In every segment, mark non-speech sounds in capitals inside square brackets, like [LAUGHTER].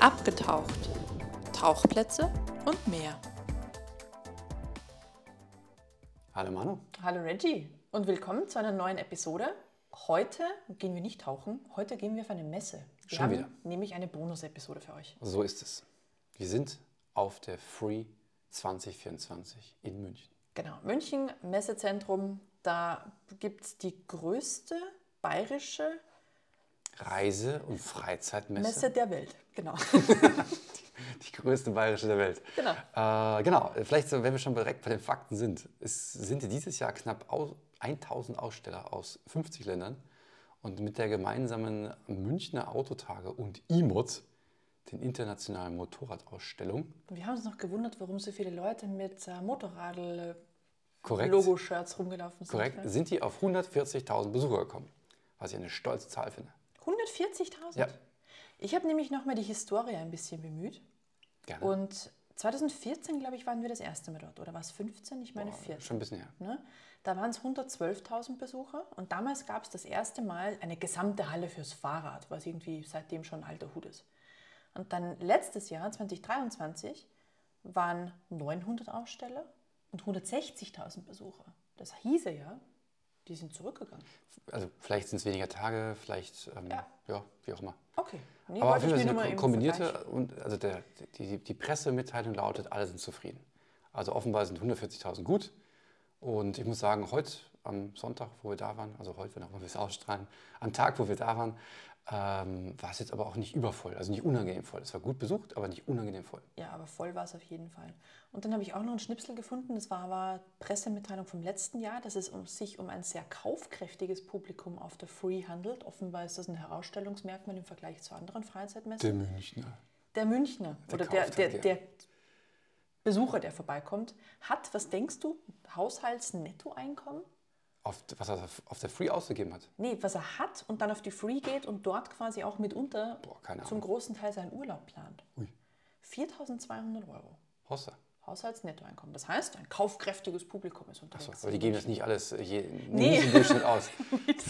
Abgetaucht. Tauchplätze und mehr. Hallo Manu. Hallo Reggie und willkommen zu einer neuen Episode. Heute gehen wir nicht tauchen, heute gehen wir auf eine Messe. Wir Schon haben wieder. nämlich eine Bonus-Episode für euch. So ist es. Wir sind auf der Free 2024 in München. Genau, München Messezentrum, da gibt es die größte bayerische Reise- und Freizeitmesse. Messe der Welt. Genau. [LAUGHS] Die größte bayerische der Welt. Genau. Äh, genau. Vielleicht, so, wenn wir schon direkt bei den Fakten sind. Es sind dieses Jahr knapp au- 1000 Aussteller aus 50 Ländern. Und mit der gemeinsamen Münchner Autotage und IMOT, den internationalen Motorradausstellung, Und wir haben uns noch gewundert, warum so viele Leute mit äh, Motorradl-Logo-Shirts korrekt, rumgelaufen sind. korrekt sind die auf 140.000 Besucher gekommen. Was ich eine stolze Zahl finde. 140.000? Ja. Ich habe nämlich nochmal die Historie ein bisschen bemüht. Gerne. Und 2014, glaube ich, waren wir das erste Mal dort. Oder war es 15? Ich meine Boah, 14. Schon ein bisschen her. Ne? Da waren es 112.000 Besucher und damals gab es das erste Mal eine gesamte Halle fürs Fahrrad, was irgendwie seitdem schon alter Hut ist. Und dann letztes Jahr, 2023, waren 900 Aussteller und 160.000 Besucher. Das hieße ja, die sind zurückgegangen. Also vielleicht sind es weniger Tage, vielleicht, ähm, ja. Ja. wie auch immer. Okay, nee, Aber auf wollte jeden Fall ich ist mir nur eine mal ko- im kombinierte Vergleich- und also der, die, die- die Pressemitteilung lautet, alle sind zufrieden. Also offenbar sind 140.000 gut. Und ich muss sagen, heute am Sonntag, wo wir da waren, also heute, wenn auch immer wir es ausstrahlen, am Tag, wo wir da waren, ähm, war es jetzt aber auch nicht übervoll, also nicht unangenehm voll. Es war gut besucht, aber nicht unangenehm voll. Ja, aber voll war es auf jeden Fall. Und dann habe ich auch noch einen Schnipsel gefunden. Das war aber Pressemitteilung vom letzten Jahr, dass es um sich um ein sehr kaufkräftiges Publikum auf der Free handelt. Offenbar ist das ein Herausstellungsmerkmal im Vergleich zu anderen Freizeitmessen. Der Münchner. Der Münchner Der oder der, der, Kaufkräftige. der Besucher, der vorbeikommt, hat, was denkst du, Haushaltsnettoeinkommen? Auf, was er auf der Free ausgegeben hat. Nee, was er hat und dann auf die Free geht und dort quasi auch mitunter Boah, keine zum Ahnung. großen Teil seinen Urlaub plant. Ui. 4.200 Euro. Hossa. Haushaltsnettoeinkommen. Das heißt, ein kaufkräftiges Publikum ist unterwegs. Achso, aber die geben das nicht alles äh, je, Nee. nicht im [LAUGHS] Durchschnitt aus.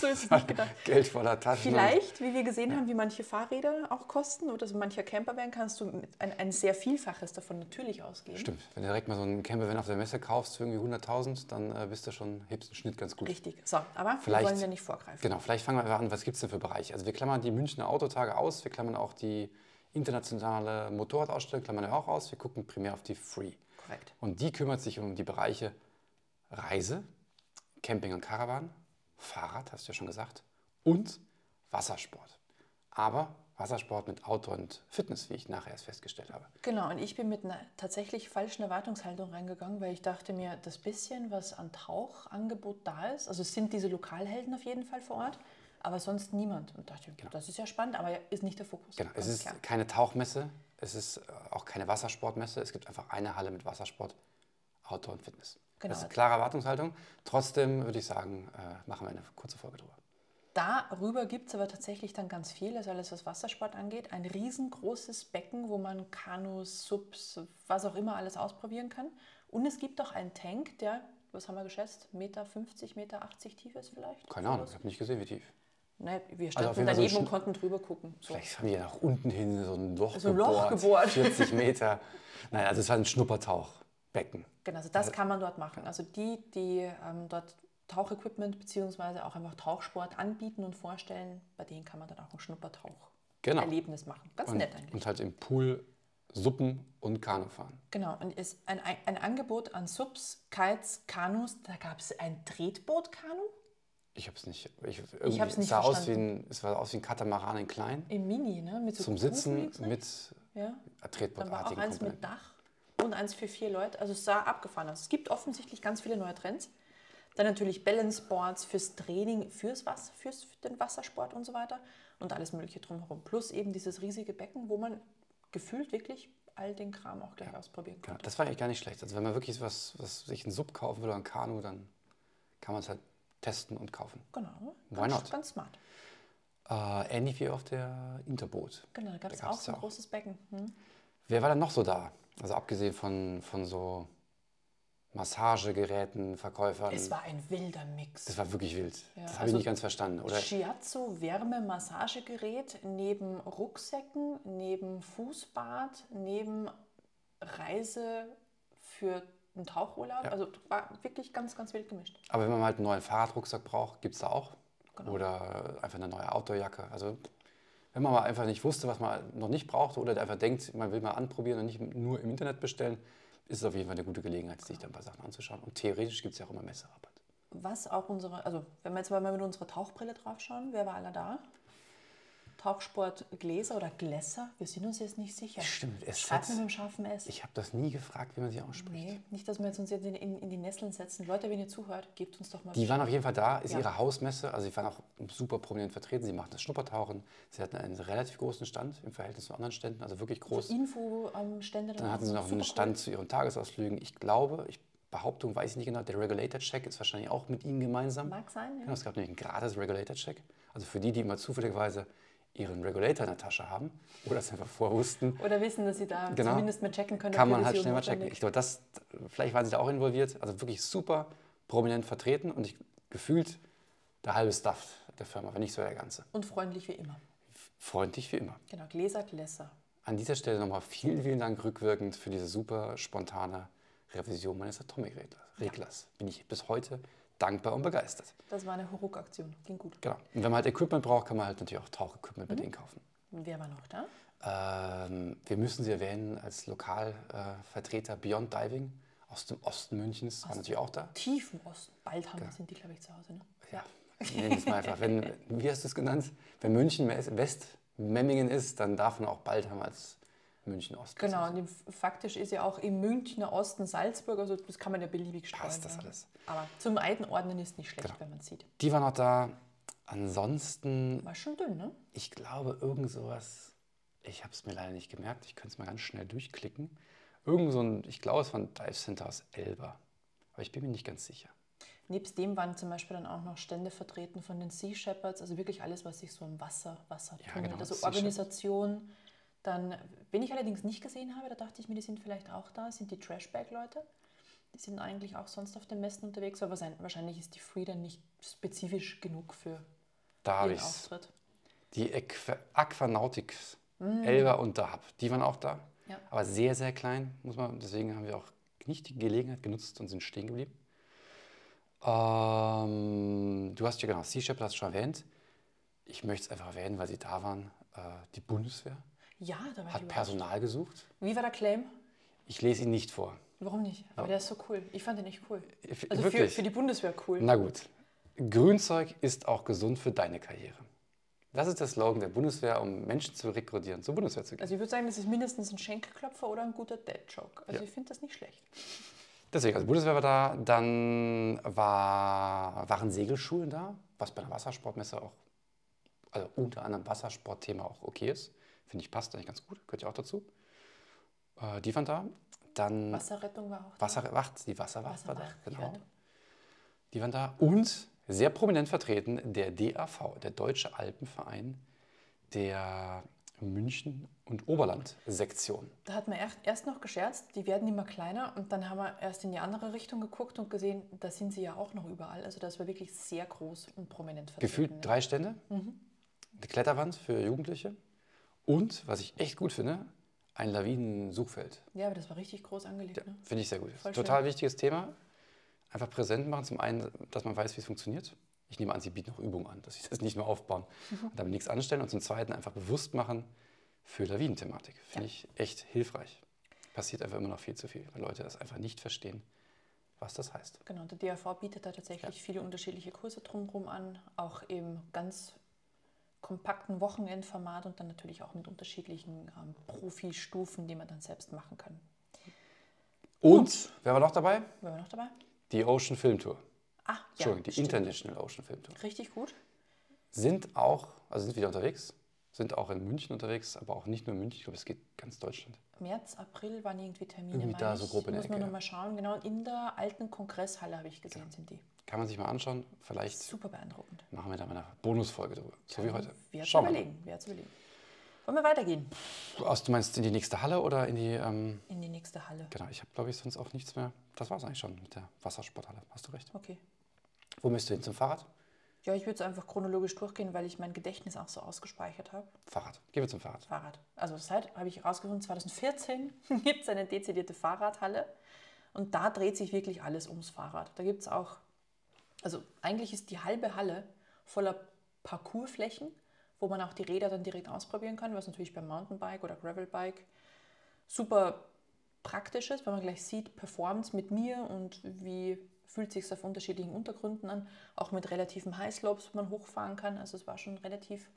so [LAUGHS] ist es nicht gedacht. Geld voller Taschen. Vielleicht, wie wir gesehen haben, wie manche Fahrräder auch kosten oder so mancher Campervan, kannst du mit ein, ein sehr Vielfaches davon natürlich ausgeben. Stimmt, wenn du direkt mal so einen Campervan auf der Messe kaufst für irgendwie 100.000, dann äh, bist du schon, hebst einen Schnitt ganz gut. Richtig. So, aber Vielleicht- wir wollen ja nicht vorgreifen. Genau, vielleicht fangen wir einfach an, was gibt es denn für Bereiche? Also wir klammern die Münchner Autotage aus, wir klammern auch die internationale Motorradausstellung, klammern wir auch aus, wir gucken primär auf die Free. Korrekt. Und die kümmert sich um die Bereiche Reise, Camping und Caravan, Fahrrad, hast du ja schon gesagt, und Wassersport. Aber Wassersport mit Outdoor und Fitness, wie ich nachher erst festgestellt habe. Genau, und ich bin mit einer tatsächlich falschen Erwartungshaltung reingegangen, weil ich dachte mir, das bisschen, was an Tauchangebot da ist, also es sind diese Lokalhelden auf jeden Fall vor Ort, aber sonst niemand. Und dachte, mir, das ist ja spannend, aber ist nicht der Fokus. Genau, es Ganz ist klar. keine Tauchmesse, es ist äh, auch keine Wassersportmesse, es gibt einfach eine Halle mit Wassersport, Outdoor und Fitness. Genau. Das ist eine klare Erwartungshaltung. Trotzdem würde ich sagen, äh, machen wir eine kurze Folge drüber. Darüber gibt es aber tatsächlich dann ganz viel, also alles was Wassersport angeht. Ein riesengroßes Becken, wo man Kanus, Subs, was auch immer alles ausprobieren kann. Und es gibt auch einen Tank, der, was haben wir geschätzt, Meter 50, Meter 80 tief ist vielleicht? Keine Ahnung, ich habe nicht gesehen, wie tief. Nein, wir Also standen auf jeden Fall so daneben ein und Schn- konnten drüber gucken. So. Vielleicht haben die ja nach unten hin so ein Loch, So ein gebohrt, Loch gebohrt. [LAUGHS] 40 Meter. Naja, also es war ein Schnuppertauchbecken. Genau, also das kann man dort machen. Also die, die ähm, dort Tauchequipment bzw. auch einfach Tauchsport anbieten und vorstellen, bei denen kann man dann auch ein Genau. Schnuppertauch-Erlebnis machen. Ganz Und, nett eigentlich. und halt im Pool Suppen und Kanufahren. Genau, und es ein, ein, ein Angebot an Subs, Kites, Kanus, da gab es ein Tretboot-Kanu Ich habe es nicht. Ich, irgendwie hab's nicht sah aus wie ein, es sah aus wie ein Katamaran in klein. im Mini, ne? Mit so Zum Kufen Sitzen links, ne? mit Ja. Dann war auch tretbootartigen eins mit Komponenten. Dach und eins für vier Leute. Also es sah abgefahren aus. Es gibt offensichtlich ganz viele neue Trends. Dann natürlich Balanceboards fürs Training, fürs Wasser, fürs den Wassersport und so weiter und alles Mögliche drumherum. Plus eben dieses riesige Becken, wo man gefühlt wirklich all den Kram auch gleich ausprobieren Ja, konnte. das war eigentlich gar nicht schlecht. Also wenn man wirklich was, was sich einen Sub kaufen will oder ein Kanu, dann kann man es halt testen und kaufen. Genau. Why Ganz, not? ganz smart. Äh, ähnlich wie auf der Interboot. Genau, da gab es Da gab's auch so auch. ein großes Becken. Hm? Wer war denn noch so da? Also abgesehen von, von so Massagegeräten, Verkäufern. Es war ein wilder Mix. Ähm, das war wirklich wild. das habe ich also- nicht ganz verstanden. Oder Shiatsu Wärmemassagegerät neben Rucksäcken, neben Fußbad, neben Reise für einen Tauchurlaub. Also war wirklich ganz, ganz wild gemischt. Aber wenn man halt einen neuen Fahrradrucksack braucht, gibt es da auch. Oder einfach eine neue Outdoorjacke. Also wenn man mal einfach nicht wusste, was man noch nicht brauchte oder einfach denkt, man will mal anprobieren und nicht nur im Internet bestellen, ist es auf jeden Fall eine gute Gelegenheit, sich da ein paar Sachen anzuschauen. Und theoretisch gibt es ja auch immer Messearbeit. Was auch unsere, also wenn wir jetzt mal mit unserer Tauchbrille draufschauen, wer war alle da? Tauchsport Gläser oder Glässer? Wir sind uns jetzt nicht sicher. Stimmt, es Schreibt mir setzt- mit dem scharfen S. Ich habe das nie gefragt, wie man sie ausspricht. nee, nicht, dass wir jetzt uns jetzt in, in, in die Nesseln setzen. Leute, wenn ihr zuhört, gebt uns doch mal Die waren auf jeden Fall da, ist Ja. ihre Hausmesse, also sie waren auch super prominent vertreten. Sie machten das Schnuppertauchen, sie hatten einen relativ großen Stand im Verhältnis zu anderen Ständen, also wirklich groß. Info am Stände. Dann hatten sie noch einen Stand zu ihren Tagesausflügen. Ich glaube, ich, Behauptung weiß ich nicht genau, der Regulator-Check ist wahrscheinlich auch mit ihnen gemeinsam. Mag sein, ja. Genau, es gab nämlich einen gratis Regulator-Check. Also für die, die immer zufälligerweise ihren Regulator in der Tasche haben oder es [LAUGHS] einfach vorwussten, Oder wissen, dass sie da Genau. zumindest mal checken können. kann ob man halt Revision schnell mal checken. notwendig Ich glaube, das, vielleicht waren sie da auch involviert. Also wirklich super prominent vertreten und ich, gefühlt der halbe Staff der Firma, wenn nicht so der ganze. Und freundlich wie immer. Freundlich wie immer. Genau, Gläser, Gläser. An dieser Stelle nochmal vielen, vielen Dank rückwirkend für diese super spontane Revision meines Atomic-Reglers. Bin ich bis heute dankbar und begeistert. Das war eine Huruk-Aktion. Ging gut. Genau. Und wenn man halt Equipment braucht, kann man halt natürlich auch Tauchequipment mit denen kaufen. Wer war noch da? Ähm, wir müssen sie erwähnen als Lokalvertreter äh, Vertreter Beyond Diving aus dem Osten Münchens, war natürlich auch da. Tief im Osten. Bald haben sind die, glaube ich, zu Hause. Ne? Genau. Ja, nennen wir es mal einfach. Wenn, wie hast du es genannt? Wenn München West-Memmingen ist, dann darf man auch bald haben als München Ost. Genau, und im, faktisch ist ja auch im Münchner Osten Salzburg, also das kann man ja beliebig streuen. Passt das ja. alles. Genau. Aber zum Einordnen ist nicht schlecht, wenn man sieht. Die war noch da. Ansonsten War schon dünn, ne? Ich glaube, irgend sowas, ich habe es mir leider nicht gemerkt, ich könnte es mal ganz schnell durchklicken. Irgend so ein, ich glaube, es war ein Dive Center aus Elba. Aber ich bin mir nicht ganz sicher. Nebst dem waren zum Beispiel dann auch noch Stände vertreten von den Sea Shepherds, also wirklich alles, was sich so im Wasser, Wasser Ja, tummelt. genau, also Sea Organisation. Dann, wen ich allerdings nicht gesehen habe, da dachte ich mir, die sind vielleicht auch da, sind die Trashbag-Leute. Die sind eigentlich auch sonst auf den Messen unterwegs, aber sein, wahrscheinlich ist die Free dann nicht spezifisch genug für Da habe ihren ich es. Auftritt. Die Aqu Aquanautics, Elba und Dahab, die waren auch da. Ja. Aber sehr, sehr klein, muss man. Deswegen haben wir auch nicht die Gelegenheit genutzt und sind stehen geblieben. Ähm, du hast ja genau, Sea Shepherd hast du schon erwähnt. Ich möchte es einfach erwähnen, weil sie da waren. Äh, die Bundeswehr Ja, da war hat die überrascht. Personal gesucht. Wie war der Claim? Ich lese ihn nicht vor. Warum nicht? Aber der ist so cool. Ich fand den echt cool. F- Also für, wirklich? für die Bundeswehr cool. Na gut. Grünzeug ist auch gesund für deine Karriere. Das ist der Slogan der Bundeswehr, um Menschen zu rekrutieren, zur Bundeswehr zu gehen. Also ich würde sagen, das ist mindestens ein Schenkelklopfer oder ein guter Dad-Joke. Also Ja. ich finde das nicht schlecht. Deswegen, also Bundeswehr war da, dann war, waren Segelschulen da, was bei einer Wassersportmesse auch, also unter anderem Wassersportthema auch okay ist. Finde ich passt eigentlich ganz gut, gehört ja auch dazu. Äh, die waren da. Dann Wasserrettung war auch. Wasserwacht, die Wasserwacht war da, Wasserwacht, genau. ja. Die waren da. Und sehr prominent vertreten der DAV, der Deutsche Alpenverein der München- und Oberland-Sektion. Da hat man erst, erst noch gescherzt, die werden immer kleiner und dann haben wir erst in die andere Richtung geguckt und gesehen, da sind sie ja auch noch überall. Also das war wirklich sehr groß und prominent vertreten. Gefühlt ja. drei Stände, eine Kletterwand für Jugendliche und, was ich echt gut finde, ein Lawinensuchfeld. Ja, aber das war richtig groß angelegt. Ne? Finde ich sehr gut. Voll Total wichtiges Thema. Einfach präsent machen. Zum einen, dass man weiß, wie es funktioniert. Ich nehme an, sie bieten auch Übungen an, dass sie das nicht mehr aufbauen Mhm. und damit nichts anstellen. Und zum zweiten einfach bewusst machen für Lawinenthematik. Finde ich echt hilfreich. Passiert einfach immer noch viel zu viel, weil Leute das einfach nicht verstehen, was das heißt. Genau, der DAV bietet da tatsächlich viele unterschiedliche Kurse drumherum an, auch im ganz kompakten Wochenendformat und dann natürlich auch mit unterschiedlichen ähm, Profistufen, die man dann selbst machen kann. Und, wer war noch dabei? Waren wir noch dabei? Die Ocean Film Tour. Ah, ja, Entschuldigung, die International Ocean Film Tour. richtig gut. Sind auch, also sind wieder unterwegs, sind auch in München unterwegs, aber auch nicht nur in München. Ich glaube, es geht ganz Deutschland. März, April waren irgendwie Termine. Irgendwie meine da so ich. grob in der Muss man Ecke, ja. Genau. nochmal schauen. Genau, in der alten Kongresshalle habe ich gesehen, sind die. Kann man sich mal anschauen. Vielleicht Super beeindruckend. Also, machen wir da mal eine Bonusfolge drüber. So wie heute. Wer zu Schauen wir mal. überlegen, wer zu überlegen. Wollen wir weitergehen? Also, du meinst in die nächste Halle oder in die. Ähm, In die nächste Halle. genau, ich habe, glaube ich, sonst auch nichts mehr. Das war es eigentlich schon mit der Wassersporthalle. Hast du recht. Okay. Wo müsst du hin zum Fahrrad? Ja, ich würde es einfach chronologisch durchgehen, weil ich mein Gedächtnis auch so ausgespeichert habe. Fahrrad. Gehen wir zum Fahrrad. Fahrrad. Also seit, habe ich herausgefunden, 2014 [LAUGHS] gibt es eine dezidierte Fahrradhalle und da dreht sich wirklich alles ums Fahrrad. Da gibt es auch, also eigentlich ist die halbe Halle voller Parcoursflächen, wo man auch die Räder dann direkt ausprobieren kann, was natürlich beim Mountainbike oder Gravelbike super praktisch ist, weil man gleich sieht, Performance mit mir und wie fühlt sich auf unterschiedlichen Untergründen an, auch mit relativen Highslopes, wo man hochfahren kann. Also es war schon relativ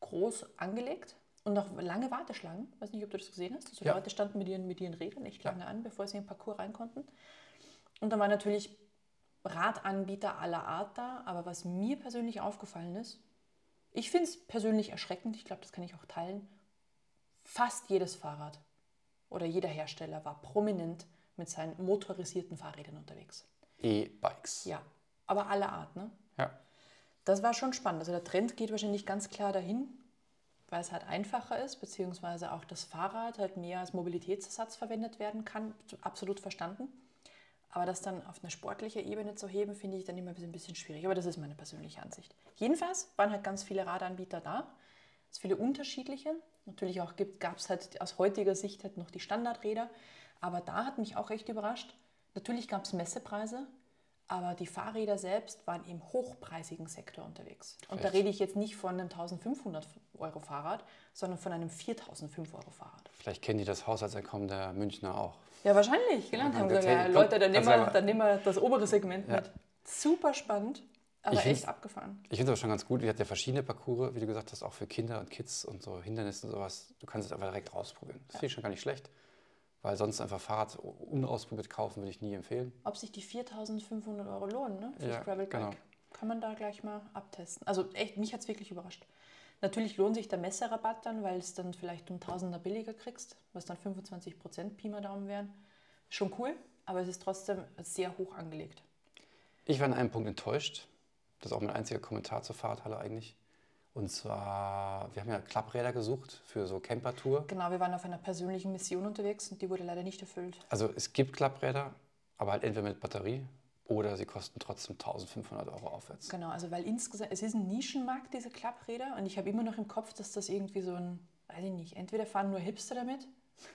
groß angelegt und auch lange Warteschlangen. Weiß nicht, ob du das gesehen hast. Also Ja. Die Leute standen mit ihren, mit ihren Rädern echt lange an, bevor sie in den Parcours rein konnten. Und dann waren natürlich Radanbieter aller Art da. Aber was mir persönlich aufgefallen ist, ich finde es persönlich erschreckend, ich glaube, das kann ich auch teilen, fast jedes Fahrrad oder jeder Hersteller war prominent mit seinen motorisierten Fahrrädern unterwegs. E-Bikes. Ja, aber aller Art, ne? ja. Das war schon spannend. Also der Trend geht wahrscheinlich ganz klar dahin, weil es halt einfacher ist, beziehungsweise auch das Fahrrad halt mehr als Mobilitätsersatz verwendet werden kann. Absolut verstanden. Aber das dann auf eine sportliche Ebene zu heben, finde ich dann immer ein bisschen schwierig. Aber das ist meine persönliche Ansicht. Jedenfalls waren halt ganz viele Radanbieter da. Es viele unterschiedliche. Natürlich auch gab es halt aus heutiger Sicht halt noch die Standardräder. Aber da hat mich auch echt überrascht. Natürlich gab es Messepreise, aber die Fahrräder selbst waren im hochpreisigen Sektor unterwegs. Und da Echt? rede ich jetzt nicht von einem 1500 Euro Fahrrad, sondern von einem 4005 Euro Fahrrad. Vielleicht kennen die das Haushaltseinkommen der Münchner auch. Ja, wahrscheinlich. Gelernt Ja, haben der gesagt, ja, Teddy. Leute, Komm, dann nehmen, kannst wir, selber. dann nehmen wir das obere Segment Ja. mit. Super spannend, aber Ich find's- echt abgefahren. Ich finde es aber schon ganz gut. Wir hatten ja verschiedene Parcours, wie du gesagt hast, auch für Kinder und Kids und so Hindernisse und sowas. Du kannst es einfach direkt ausprobieren. Das finde ich schon gar nicht schlecht, weil sonst einfach Fahrrad unausprobiert kaufen würde ich nie empfehlen. Ob sich die 4500 Euro lohnen ne, fürs Ja, Gravelbike, genau. kann man da gleich mal abtesten. Also echt, mich hat es wirklich überrascht. Natürlich lohnt sich der Messerabatt dann, weil es dann vielleicht um Tausender billiger kriegst, was dann 25% Pi mal Daumen wären. Schon cool, aber es ist trotzdem sehr hoch angelegt. Ich war an einem Punkt enttäuscht. Das ist auch mein einziger Kommentar zur Fahrradhalle eigentlich. Und zwar, wir haben ja Klappräder gesucht für so Campertour. Genau, wir waren auf einer persönlichen Mission unterwegs und die wurde leider nicht erfüllt. Also es gibt Klappräder, aber halt entweder mit Batterie oder sie kosten trotzdem 1500 Euro aufwärts. Genau, also weil insgesamt, es ist ein Nischenmarkt, diese Klappräder. Und ich habe immer noch im Kopf, dass das irgendwie so ein, weiß ich nicht, entweder fahren nur Hipster damit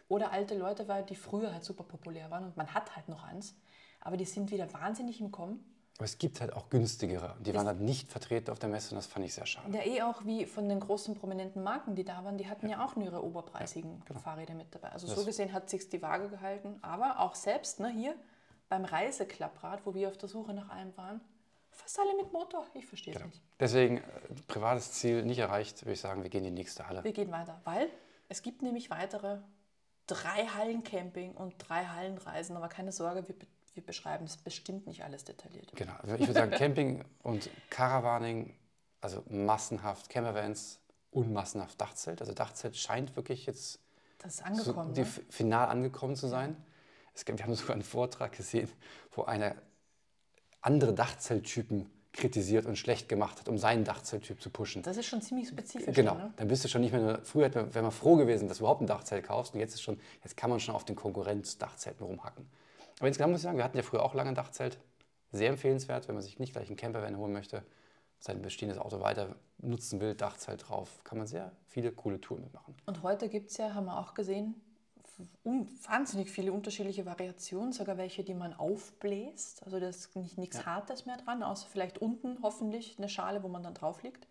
oder alte Leute, weil die früher halt super populär waren und man hat halt noch eins. Aber die sind wieder wahnsinnig im Kommen. Aber es gibt halt auch günstigere. Die waren halt nicht vertreten auf der Messe und das fand ich sehr schade. Ja, eh auch wie von den großen prominenten Marken, die da waren, die hatten ja, auch nur ihre oberpreisigen Fahrräder mit dabei. Also so genau. Das- gesehen hat sich die Waage gehalten. Aber auch selbst, ne, hier beim Reiseklapprad, wo wir auf der Suche nach einem waren, fast alle mit Motor. Ich verstehe es Genau. nicht. Deswegen, äh, privates Ziel nicht erreicht, würde ich sagen, wir gehen in die nächste Halle. Wir gehen weiter, weil es gibt nämlich weitere drei Hallencamping und drei Hallenreisen. Aber keine Sorge, wir, be- wir beschreiben es bestimmt nicht alles detailliert. Genau. Ich würde sagen, Camping und Caravaning, also massenhaft Campervans und massenhaft Dachzelt. Also Dachzelt scheint wirklich jetzt Das ist so angekommen. die, ne? final angekommen zu sein. Es gibt, wir haben sogar einen Vortrag gesehen, wo einer andere Dachzelttypen kritisiert und schlecht gemacht hat, um seinen Dachzelttyp zu pushen. Das ist schon ziemlich spezifisch. Genau, Ne? dann bist du schon nicht mehr nur, früher hätte man- wäre man froh gewesen, dass du überhaupt ein Dachzelt kaufst und jetzt ist schon, jetzt kann man schon auf den Konkurrenzdachzelten rumhacken. Aber insgesamt muss ich sagen, wir hatten ja früher auch lange ein Dachzelt. Sehr empfehlenswert, wenn man sich nicht gleich einen Campervan holen möchte, sein bestehendes Auto weiter nutzen will, Dachzelt drauf, kann man sehr viele coole Touren mitmachen. Und heute gibt es ja, haben wir auch gesehen, f- un- wahnsinnig viele unterschiedliche Variationen, sogar welche, die man aufbläst. Also da ist nicht, nichts Hartes mehr dran, außer vielleicht unten hoffentlich eine Schale, wo man dann drauf liegt.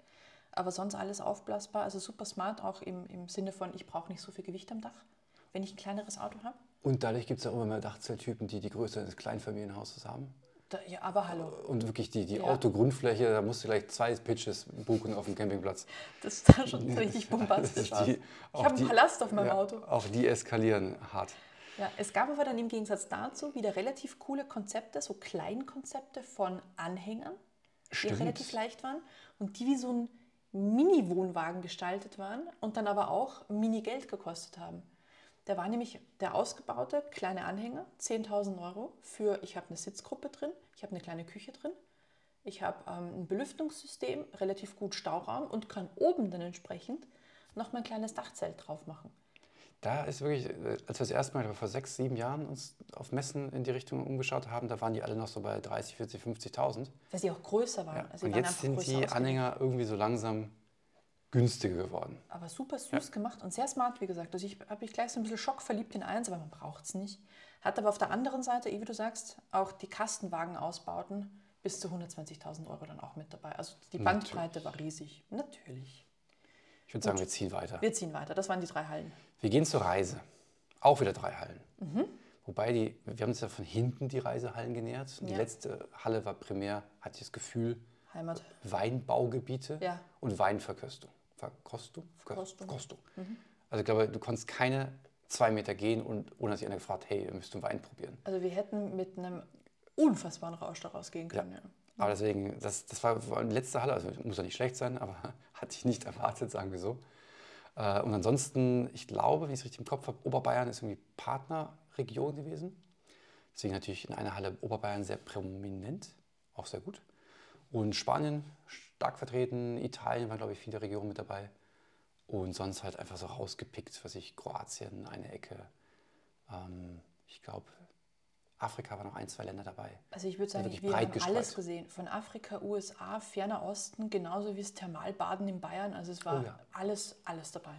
Aber sonst alles aufblasbar, also super smart, auch im, im Sinne von, ich brauche nicht so viel Gewicht am Dach, wenn ich ein kleineres Auto habe. Und dadurch gibt es ja immer mehr Dachzelttypen, die die Größe eines Kleinfamilienhauses haben. Da, ja, aber hallo, Und wirklich die, die Ja. Autogrundfläche, da musst du gleich zwei Pitches buchen auf dem Campingplatz. das sah schon richtig bombastisch aus. Ich auch habe einen Äh, [LAUGHS] die- Palast auf meinem ja, Auto. Auch die eskalieren hart. Ja, es gab aber dann im Gegensatz dazu wieder relativ coole Konzepte, so Kleinkonzepte von Anhängern, die relativ leicht waren und die wie so ein Mini-Wohnwagen gestaltet waren und dann aber auch Mini-Geld gekostet haben. Da war nämlich der ausgebaute kleine Anhänger, 10.000 Euro für, ich habe eine Sitzgruppe drin, ich habe eine kleine Küche drin, ich habe ähm, ein Belüftungssystem, relativ gut Stauraum und kann oben dann entsprechend nochmal ein kleines Dachzelt drauf machen. Da ist wirklich, äh, als wir das erste Mal vor sechs, sieben Jahren uns auf Messen in die Richtung umgeschaut haben, da waren die alle noch so bei 30, 40, 50.000. Dass sie auch größer waren. Ja. Also die Und waren jetzt einfach sind größer die ausgelegt. Anhänger irgendwie so langsam günstiger geworden. Aber super süß gemacht und sehr smart, wie gesagt. Also ich habe mich gleich so ein bisschen schockverliebt in eins, aber man braucht es nicht. Hat aber auf der anderen Seite, eh, wie du sagst, auch die Kastenwagenausbauten bis zu 120.000 Euro dann auch mit dabei. Also die Bandbreite war riesig. Natürlich. Ich würde sagen, wir ziehen weiter. Wir ziehen weiter. Das waren die drei Hallen. Wir gehen zur Reise. Auch wieder drei Hallen. Mhm. Wobei die, wir haben uns ja von hinten die Reisehallen genähert. Und Die Ja. letzte Halle war primär, hatte ich das Gefühl, Heimat. Weinbaugebiete Ja. und Weinverkostung. Verkostung? Verkostung. Mhm. Verkostung. Also ich glaube, du konntest keine zwei Meter gehen und ohne dass sich einer gefragt, hey, ihr müsst einen Wein probieren. Also wir hätten mit einem unfassbaren Rausch daraus gehen können. Ja. Aber deswegen, das, das war war die letzte Halle, also muss ja nicht schlecht sein, aber [LAUGHS] hatte ich nicht erwartet, sagen wir so. Äh, Und ansonsten, ich glaube, wenn ich es richtig im Kopf habe, Oberbayern ist irgendwie Partnerregion gewesen. Deswegen natürlich in einer Halle Oberbayern sehr prominent, auch sehr gut. Und Spanien stark vertreten, Italien war, glaube ich, viele Regionen mit dabei. Und sonst halt einfach so rausgepickt, was ich, Kroatien, eine Ecke. Ähm, ich glaube, Afrika waren noch ein, zwei Länder dabei. Also ich würde Ja, sagen, wirklich wir breit haben gestreut. alles gesehen. Von Afrika, USA, Ferner Osten, genauso wie das Thermalbaden in Bayern. Also es war Oh ja. alles, alles dabei.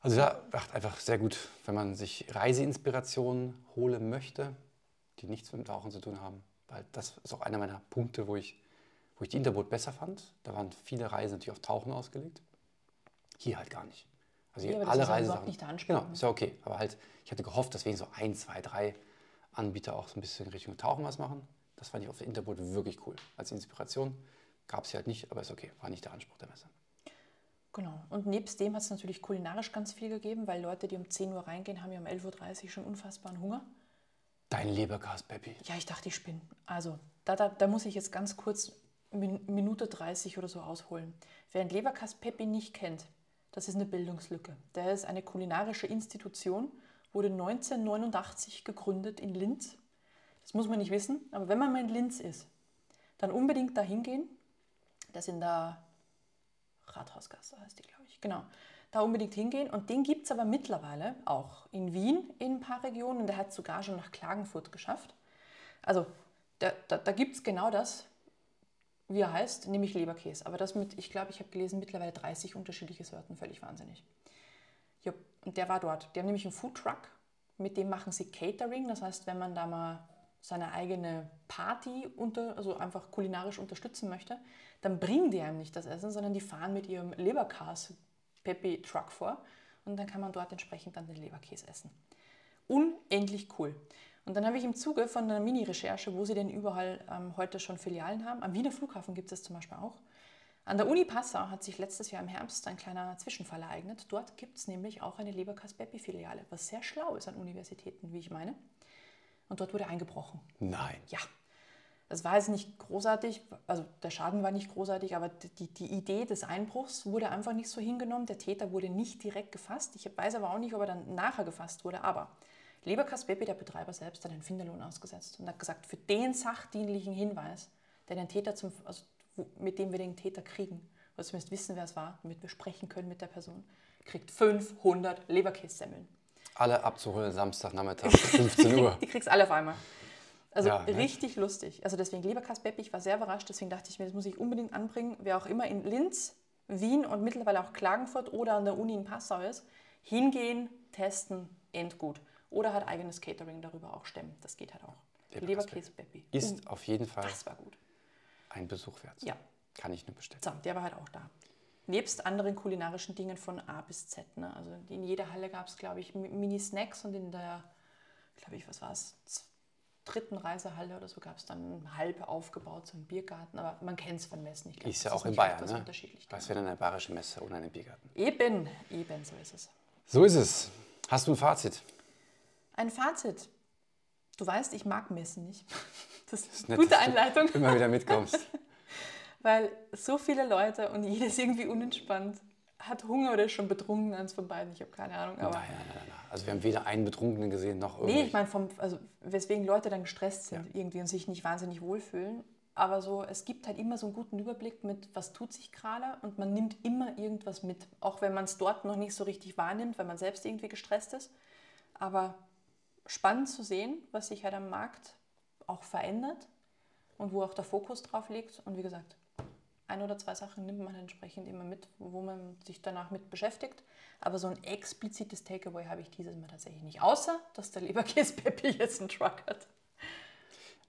Also da macht einfach sehr gut, wenn man sich Reiseinspirationen holen möchte, die nichts mit dem Tauchen zu tun haben. Weil das ist auch einer meiner Punkte, wo ich, wo ich die Interboot besser fand. Da waren viele Reisen natürlich auf Tauchen ausgelegt. Hier halt gar nicht. Also Ja, hier aber das alle ist ja Reisesachen. überhaupt nicht der Anspruch, Genau, ne? ist ja okay. Aber halt, ich hatte gehofft, deswegen so ein, zwei, drei Anbieter auch so ein bisschen Richtung Tauchen was machen. Das fand ich auf der Interboot wirklich cool. Als Inspiration gab es sie halt nicht, aber ist okay. War nicht der Anspruch der Messe. Genau. Und nebst dem hat es natürlich kulinarisch ganz viel gegeben, weil Leute, die um 10 Uhr reingehen, haben ja um 11.30 Uhr schon unfassbaren Hunger. Dein Leberkas, Peppi. Ja, ich dachte, ich spinne. Also, da, da, da muss ich jetzt ganz kurz Min Minute 30 oder so ausholen. Wer den Leberkass Peppi nicht kennt, das ist eine Bildungslücke. Der ist eine kulinarische Institution, wurde 1989 gegründet in Linz. Das muss man nicht wissen, aber wenn man mal in Linz ist, dann unbedingt dahin gehen. Das in der Rathausgasse heißt die, glaube ich. Genau. Da unbedingt hingehen. Und den gibt es aber mittlerweile auch in Wien in ein paar Regionen. Und der hat sogar schon nach Klagenfurt geschafft. Also da, da, da gibt es genau das, wie er heißt, nämlich Leberkäse. Aber das mit, ich glaube, ich habe gelesen, mittlerweile 30 unterschiedliche Sorten, völlig wahnsinnig. Ja, und der war dort. Die haben nämlich einen Foodtruck, mit dem machen sie Catering. Das heißt, wenn man da mal seine eigene Party unter, also einfach kulinarisch unterstützen möchte, dann bringen die einem nicht das Essen, sondern die fahren mit ihrem Leberkäse-Peppi-Truck vor und dann kann man dort entsprechend dann den Leberkäse essen unendlich cool. Und dann habe ich im Zuge von einer Mini-Recherche, wo sie denn überall ähm, heute schon Filialen haben, am Wiener Flughafen gibt es das zum Beispiel auch. An der Uni Passau hat sich letztes Jahr im Herbst ein kleiner Zwischenfall ereignet. Dort gibt es nämlich auch eine Leberkas-Beppi-Filiale, was sehr schlau ist an Universitäten, wie ich meine. Und dort wurde eingebrochen. Nein. Ja, das war jetzt nicht großartig, also der Schaden war nicht großartig, aber die, die Idee des Einbruchs wurde einfach nicht so hingenommen. Der Täter wurde nicht direkt gefasst. Ich weiß aber auch nicht, ob er dann nachher gefasst wurde. Aber Leberkas Baby, der Betreiber selbst, hat einen Finderlohn ausgesetzt und hat gesagt, für den sachdienlichen Hinweis, der den Täter zum, also wo- mit dem wir den Täter kriegen, oder zumindest wissen, wer es war, damit wir sprechen können mit der Person, kriegt 500 Leberkässemmeln. Alle [LAUGHS] abzuholen Samstagnachmittag, 15 Uhr. Die kriegst alle auf einmal. Also Ja, ne? richtig lustig. Also deswegen, lieber Kaspepp, ich war sehr überrascht, deswegen dachte ich mir, das muss ich unbedingt anbringen. Wer auch immer in Linz, Wien und mittlerweile auch Klagenfurt oder an der Uni in Passau ist, hingehen, testen, endgut. Oder hat eigenes Catering darüber auch stemmen. Das geht halt auch. Leber Leberkäse Peppi. Ist auf jeden Fall Das war gut. ein Besuch wert. Oh. Ja. Kann ich nur bestellen. So, der war halt auch da. Nebst anderen kulinarischen Dingen von A bis Z. Ne? Also in jeder Halle gab es, glaube ich, Mi- Mini-Snacks und in der, glaube ich, was war es, z- dritten Reisehalle oder so gab es dann halb aufgebaut, so einen Biergarten. Aber man kennt es von Messen. Ich glaub, Ist das ja auch in nicht Bayern, etwas ne? unterschiedlich. Was wäre denn eine bayerische Messe ohne einen Biergarten? Eben, eben, so ist es. So ist es. Hast du ein Fazit? Ein Fazit. Du weißt, ich mag Messen nicht. [LAUGHS] Das ist eine Nett, gute dass du Einleitung. [LAUGHS] Immer wieder [LAUGHS] mitkommst. Weil so viele Leute und jedes irgendwie unentspannt hat Hunger oder ist schon betrunken, eins von beiden, ich habe keine Ahnung. Aber nein, nein, nein, nein. Also wir haben weder einen Betrunkenen gesehen noch irgendwie. Nee, ich meine, vom- also, weswegen Leute dann gestresst sind irgendwie und sich nicht wahnsinnig wohlfühlen. Aber so, es gibt halt immer so einen guten Überblick mit, was tut sich gerade und man nimmt immer irgendwas mit, auch wenn man es dort noch nicht so richtig wahrnimmt, weil man selbst irgendwie gestresst ist. Aber spannend zu sehen, was sich halt am Markt auch verändert und wo auch der Fokus drauf liegt. Und wie gesagt, ein oder zwei Sachen nimmt man entsprechend immer mit, wo man sich danach mit beschäftigt. Aber so ein explizites Takeaway habe ich dieses Mal tatsächlich nicht, außer dass der Leberkäse-Peppi [LAUGHS] jetzt einen Truck hat.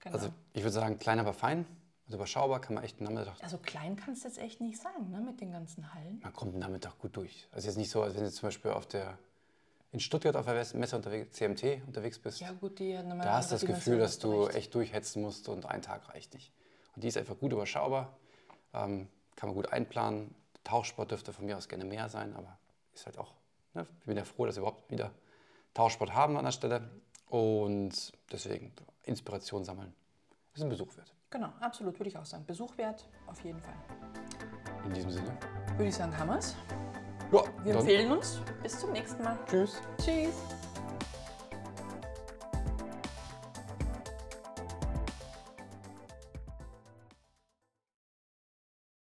Genau. Also Also, ich würde sagen, klein, aber fein und überschaubar kann man echt einen Nachmittag, Also klein kannst du jetzt echt nicht sein, ne, mit den ganzen Hallen. man kommt einen Nachmittag gut durch. Also jetzt nicht so, als wenn du zum Beispiel auf der, in Stuttgart auf der West- Messe unterwegs, CMT unterwegs bist. Ja gut, die hat nochmal Da hast andere du das Dimension, Gefühl, dass hast du recht. echt durchhetzen musst und ein Tag reicht nicht. Und die ist einfach gut überschaubar, ähm, kann man gut einplanen. Tauchsport dürfte von mir aus gerne mehr sein, aber ist halt auch. Ne? Ich bin ja froh, dass wir überhaupt wieder Tauchsport haben an der Stelle. Und deswegen Inspiration sammeln. Ist ein Besuch wert. Genau, absolut, würde ich auch sagen. Besuch wert, auf jeden Fall. In diesem Sinne. Würde ich sagen, haben wir's. Ja, Wir dann empfehlen uns. Bis zum nächsten Mal. Tschüss. Tschüss.